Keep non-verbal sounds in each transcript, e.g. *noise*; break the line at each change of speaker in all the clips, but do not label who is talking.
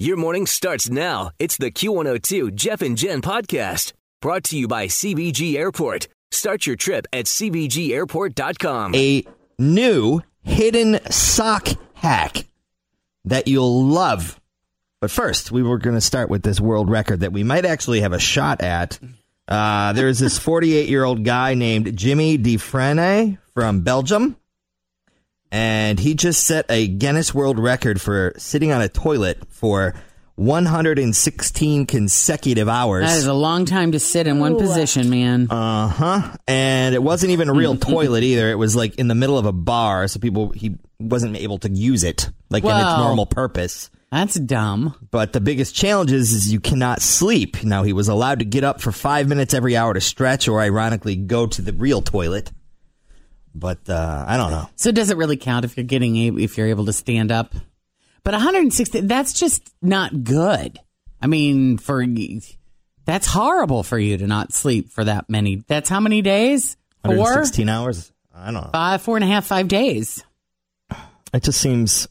Your morning starts now. It's the Q102 Jeff and Jen podcast brought to you by CBG Airport. Start your trip at CBGAirport.com.
a new hidden sock hack that you'll love. But first, we were going to start with this world record that we might actually have a shot at. Uh, there is
*laughs*
this 48 year old guy named Jimmy Defrene from Belgium, and he just set a Guinness World Record for sitting on a toilet for 116 consecutive hours.
That is a long time to sit in one position, man.
Uh huh. And it wasn't even a real
Mm-hmm.
toilet either. It was like in the middle of a bar, so people he wasn't able to use it like in its
Wow.
normal purpose.
That's dumb.
But the biggest challenge is, is you cannot sleep. Now he was allowed to get up for five minutes every hour to stretch, or ironically go to the real toilet. But uh, I don't know.
So it doesn't really count if you're getting a- if you're able to stand up. But 160 that's just not good. I mean, for y- that's horrible for you to not sleep for that many. That's how many days? Four,
116 hours. I don't know.
five, four and a half, five days.
It just seems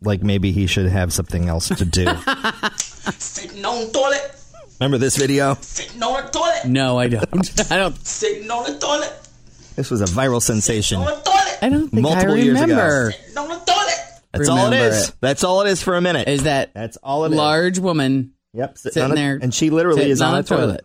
like maybe he should have something else to
*laughs*
do.
Sitting on the toilet,
Remember this video?
sitting on the toilet,
No, I don't. *laughs* I don't.
sitting on the toilet,
This was a viral sensation.
on the toilet,
I don't think
Multiple
I
years ago.
remember.
sitting on the toilet.
That's all it
Remember
is.
it.
That's all it is for a minute.
Is that
That's all it is.
large woman
Yep,
sitting
on a-
there,
and she literally
sitting
is on,
on
a
a
toilet.
toilet.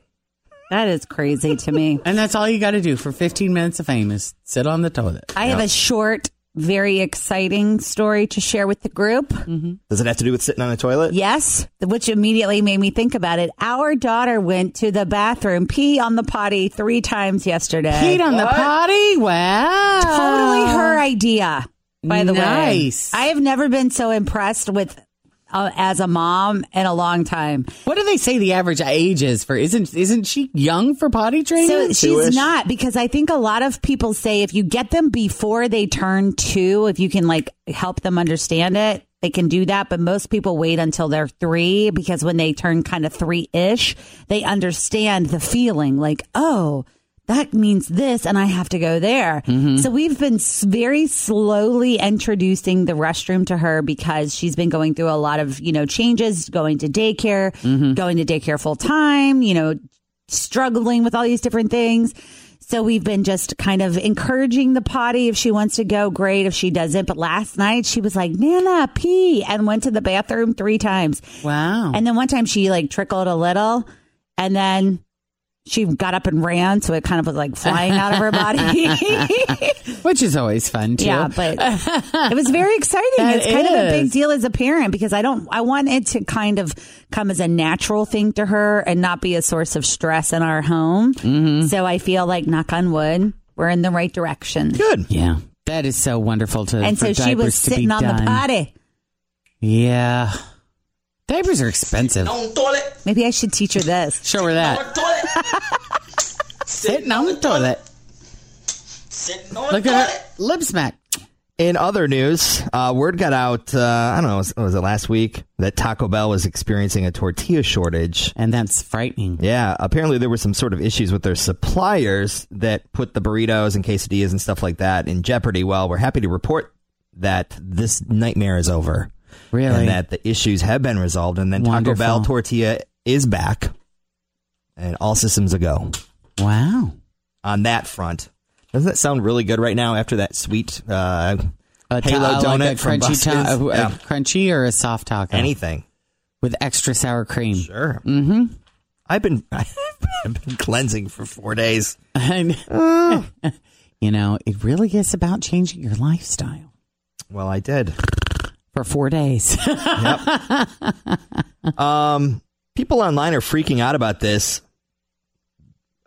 That is crazy to
*laughs*
me.
and that's all you got to do for 15 minutes of fame is sit on the toilet.
I have a short, very exciting story to share with the group.
Mm-hmm.
Does it have to do with sitting on a toilet?
Yes, which immediately made me think about it. Our daughter went to the bathroom, pee on the potty three times yesterday.
Pete on the potty? Wow.
totally her idea. By the
Nice.
way, I have never been so impressed with uh, as a mom in a long time.
What do they say the average age is for? Isn't isn't she young for potty training?
So
Two-ish.
she's not because I think a lot of people say if you get them before they turn two, if you can like help them understand it, they can do that. But most people wait until they're three because when they turn kind of three ish, they understand the feeling like, oh, that means this and I have to go there. So we've been s- very slowly introducing the restroom to her because she's been going through a lot of, you know, changes, going to daycare, going to daycare full time, you know, struggling with all these different things. So we've been just kind of encouraging the potty. If she wants to go, great. If she doesn't, but last night she was like, Nana, pee, and went to the bathroom three times.
wow.
And then one time she like trickled a little and then she got up and ran. So it kind of was like flying out of her body. *laughs*
Which is always fun too.
yeah,
*laughs*
but it was very exciting.
That
it's kind of a
is.
big deal as a parent because I don't, I want it to kind of come as a natural thing to her and not be a source of stress in our home.
Mm-hmm.
So I feel like, knock on wood, we're in the right direction.
Good.
yeah. That is so wonderful to
And
for
so she
diapers
was
to be
sitting on the
done.
potty.
Yeah. Diapers are expensive.
On the toilet,
Maybe I should teach her this.
Show her
on
that.
the toilet,
Sitting on the toilet.
sitting on
Look
the
at
toilet.
her lip smack.
In other news, uh, word got out. Uh, I don't know. Was, was it last week that Taco Bell was experiencing a tortilla shortage?
And that's frightening.
Yeah, apparently there were some sort of issues with their suppliers that put the burritos and quesadillas and stuff like that in jeopardy. Well, we're happy to report that this nightmare is over.
Really?
and that the issues have been resolved, and then Taco
Wonderful.
Bell tortilla is back, and all systems a go
wow.
on that front. Doesn't that sound really good right now after that sweet uh,
A
Halo
ta- like
donut
a
from
crunchy ta-
Buskins?
a- a
Yeah.
crunchy or a soft taco?
anything?
with extra sour cream.
Sure. Mm-hmm. I've been *laughs* I've been cleansing for four days.
And, *laughs* you know, it really is about changing your lifestyle
Well, I did.
for four days.
Um, people online are freaking out about this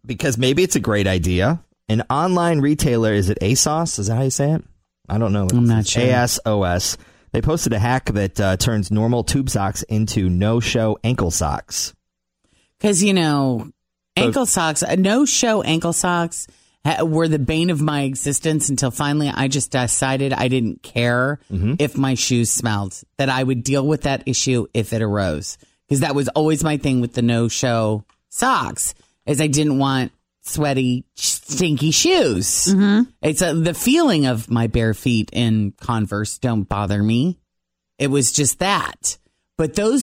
because maybe it's a great idea. An online retailer is it ASOS? Is that how you say it? I don't know.
I'm not sure.
ASOS. They posted a hack that uh, turns normal tube socks into no-show ankle socks.
Because, you know,
So-
ankle socks, uh, no show ankle socks ha- were the bane of my existence until finally I just decided I didn't care if my shoes smelled, that I would deal with that issue if it arose. Because that was always my thing with the no show socks, is I didn't want sweaty, stinky shoes. It's uh the feeling of my bare feet in Converse don't bother me. It was just that. But those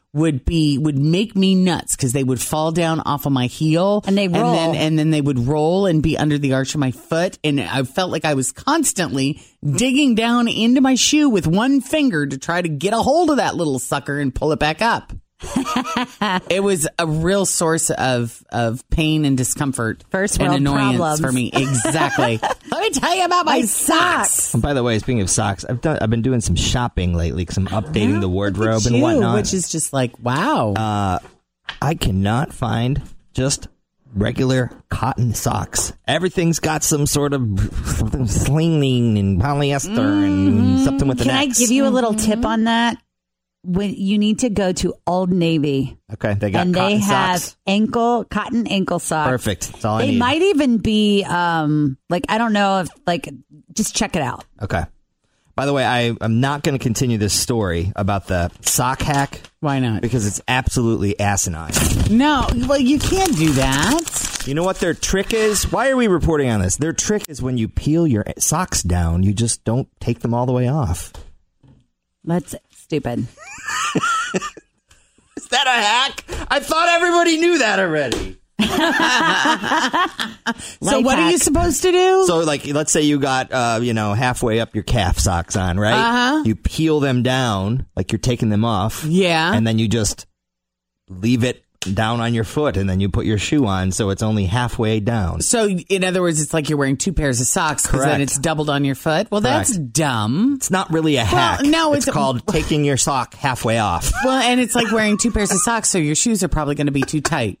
would be would make me nuts because they would fall down off of my heel
And they roll.
and then, and then they would roll and be under the arch of my foot and i felt like i was constantly digging down into my shoe with one finger to try to get a hold of that little sucker and pull it back *laughs* up it was a real source of of pain and discomfort
First
and
world
annoyance
problems.
for me *laughs* exactly let me tell you about my, socks.
And by the way, speaking of socks, I've done I've been doing some shopping lately because I'm updating the wardrobe
Look at
and
you,
whatnot.
which is just like wow
I cannot find just regular cotton socks. Everything's got some sort of something slinging and polyester and something with the
Mm-hmm. Can I
necks.
give you a little
Mm-hmm.
tip on that? When you need to go to Old Navy,
okay, they got
and they
cotton
have
socks.
ankle cotton ankle socks.
Perfect. That's all I
They
need.
might even be um like I don't know if like just check it out.
Okay. By the way, I, I'm not going to continue this story about the sock hack
why not
because it's absolutely asinine.
No, well, you can't do that.
You know what their trick is? Why are we reporting on this? Their trick is when you peel your socks down, you just don't take them all the way off.
That's stupid.
Is that a hack? I thought everybody knew that already.
so,
Life
what are
hack.
you supposed to do?
So, like, let's say you got, uh, you know, halfway up your calf socks on, right? Uh-huh. You peel them down, like you're taking them off.
Yeah.
And then you just leave it down on your foot, and then you put your shoe on, so it's only halfway down.
So, in other words, it's like you're wearing two pairs of socks because
Correct.
then it's doubled on your foot. Well, that's dumb.
It's not really a hack.
no,
it's *laughs*
it's-
called taking your sock halfway off.
Well, and it's like wearing two pairs of socks, so your shoes are probably going to be too tight.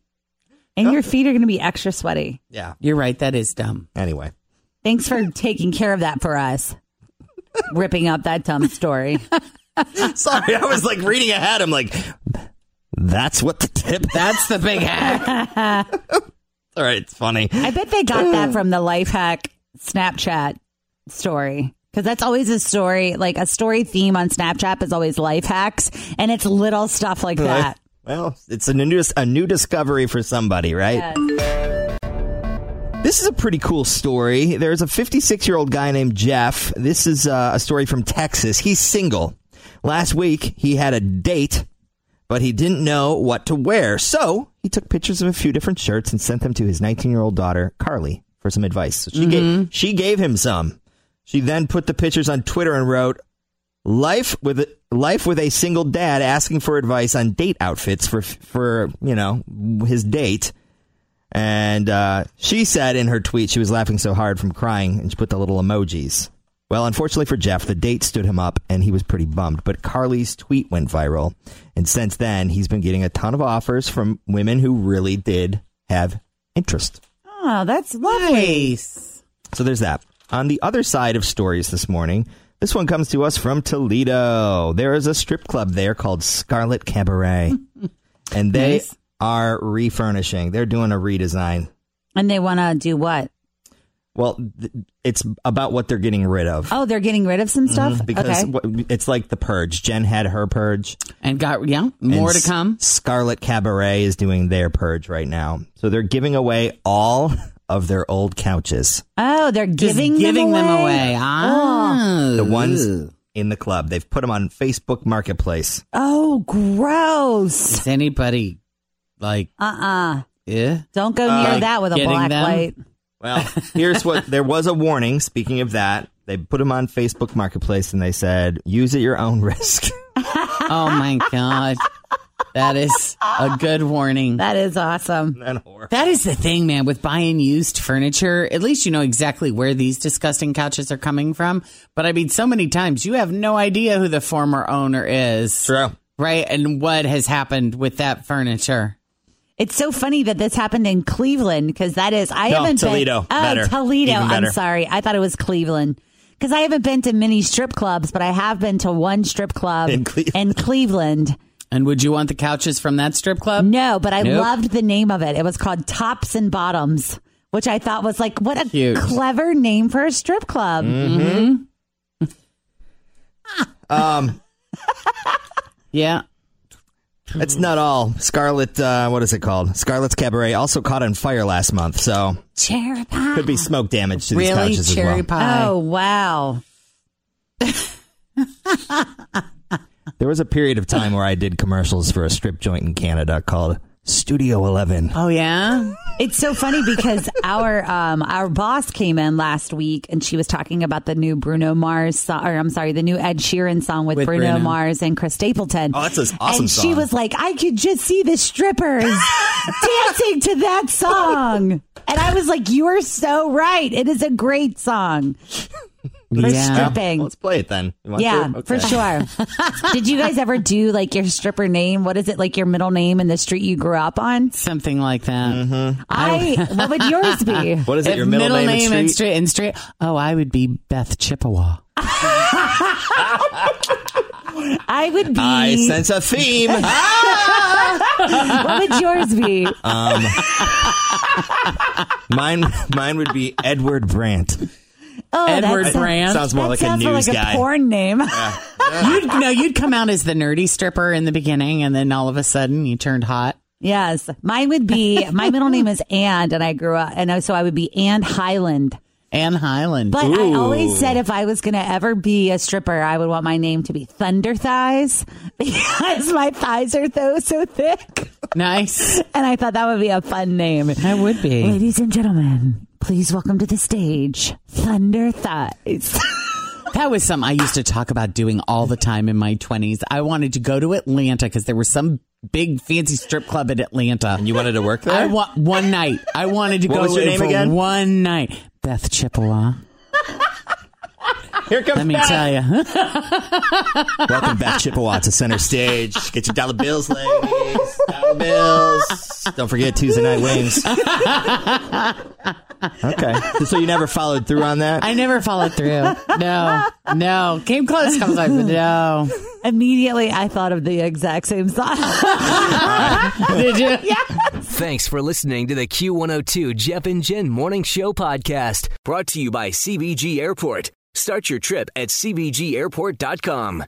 And your feet are going to be extra sweaty.
Yeah.
You're right. That is dumb.
Anyway. *laughs*
Thanks for taking care of that for us. Ripping up that dumb story.
Sorry, I was like reading ahead. I'm like, that's what the tip.
That's the big hack.
*laughs* All right, it's funny.
I bet they got that from the life hack Snapchat story. Because that's always a story, like a story theme on Snapchat is always life hacks, and it's little stuff like that.
Well, it's a new a new discovery for somebody, right? This is a pretty cool story. There's a 56 year old guy named Jeff. This is uh, a story from Texas. He's single. Last week, he had a date, but he didn't know what to wear. So he took pictures of a few different shirts and sent them to his 19 year old daughter, Carly, for some advice. So she,
Mm-hmm.
gave, she gave him some. She then put the pictures on Twitter and wrote, life with life with a single dad asking for advice on date outfits for for you know his date and uh, she said in her tweet she was laughing so hard from crying and she put the little emojis well unfortunately for jeff the date stood him up and he was pretty bummed but carly's tweet went viral and since then he's been getting a ton of offers from women who really did have interest
Oh, that's lovely.
Nice.
so there's that. On the other side of stories this morning, this one comes
*laughs*
to us from Toledo. There is a strip club there called Scarlet Cabaret. and they
Nice.
are refurnishing. They're doing a redesign.
And they want to do what?
Well, th- it's about what they're getting rid of. Mm,
Oh, they're getting rid of some stuff?
Mm-hmm, Because
okay.
wh- it's like the purge. Jen had her purge.
And got yeah,
and
more
S-
to come.
Scarlet Cabaret is doing their purge right now. So they're giving away all of their old couches.
oh, they're
Just
giving,
giving
them away. Oh.
Ah,
The
Ooh.
ones in the club. They've put them on Facebook Marketplace.
Oh, gross.
Is anybody like eh?
Uh uh-uh. uh.
yeah?
do not go near
Uh,
like
that with a
getting
black
them?
light.
Well, here's what there was a warning. Speaking of that, they put them on Facebook Marketplace and they said, use at your own risk. *laughs*
Oh my god, that is a good warning.
That is awesome.
And horror.
That is the thing, man, with buying used furniture. At least you know exactly where these disgusting couches are coming from. But I mean, so many times you have no idea who the former owner is,
True.
right? And what has happened with that furniture.
It's so funny that this happened in Cleveland because that is I
No,
haven't
Toledo.
been oh
Better.
Toledo.
Even
I'm
better.
sorry, I thought it was Cleveland because I haven't been to many strip clubs, but I have been to one strip club
In Cleveland.
Cleveland.
And would you want the couches from that strip club?
No, but I
Nope.
loved the name of it. It was called Tops and Bottoms, which I thought was like what a
Cute.
clever name for a strip club.
Mm-hmm. Um,
Yeah.
that's not all. Scarlet, uh, what is it called? Scarlet's Cabaret also caught on fire last month, so
Cherry pie.
could be smoke damage to these
Really?
couches as well.
Cherry pie.
Oh wow.
There was a period of time where I did commercials for a strip joint in Canada called Studio 11.
Oh, yeah?
It's so funny
*laughs*
because our um, our boss came in last week and she was talking about the new Bruno Mars song, or I'm sorry, the new Ed Sheeran song with,
With
Bruno,
Bruno.
Mars and Chris Stapleton.
Oh, that's an awesome
And she
song.
was like, I could just see
*laughs*
the strippers dancing to that song, and I was like, you are so right. It is a great song for stripping.
Let's play it then. You want
Yeah,
to? Okay.
for
*laughs*
sure. Did you guys ever do like your stripper name? What is it like your middle name and the street you grew up on?
Something like that.
I what would
*laughs*
yours be?
What is it?
If
Mm-hmm. Your middle, name, and street?
and street? And street. Oh, I would be Beth Chippewa.
I would be.
I sense a theme. Ah!
what would yours be?
mine, mine would be Edward Brandt.
Oh, that
Edward
sounds-
Brandt.
Sounds more
that
like a
sounds more
news
like
guy.
a porn name.
you'd, no, you'd come out as the nerdy stripper in the beginning, and then all of a sudden you turned hot.
*laughs* yes, mine would be. My middle name is And, and I grew up, and I- so I would be And Highland.
Anne Highland.
But I always said if I was going to ever be a stripper, I would want my name to be Thunder Thighs *laughs* because my thighs are so so thick,
*laughs* nice.
and I thought that would be a fun name.
I would be.
Ladies and gentlemen, please welcome to the stage Thunder Thighs. *laughs*
That was something I used to talk about doing all the time in my 20s. I wanted to go to Atlanta because there was some big fancy strip club in Atlanta.
And you wanted to work there?
I want one night. I wanted to
What
go
was your
in
name
for
again?
one night. Beth Chippewa.
Here comes
Let me tell you.
Welcome back, Chippewa, to center stage. Get your dollar bills, ladies. Dollar bills. Don't forget Tuesday night *laughs* wings. okay. So you never followed through on that?
*laughs* I never followed through. No, no. Came close, comes *laughs* like, no.
Immediately, I thought of the exact same *laughs* song.
Did you?
Thanks for listening to the Q102 Jeff and Jen Morning Show podcast brought to you by CBG Airport. Start your trip at CBGAirport.com.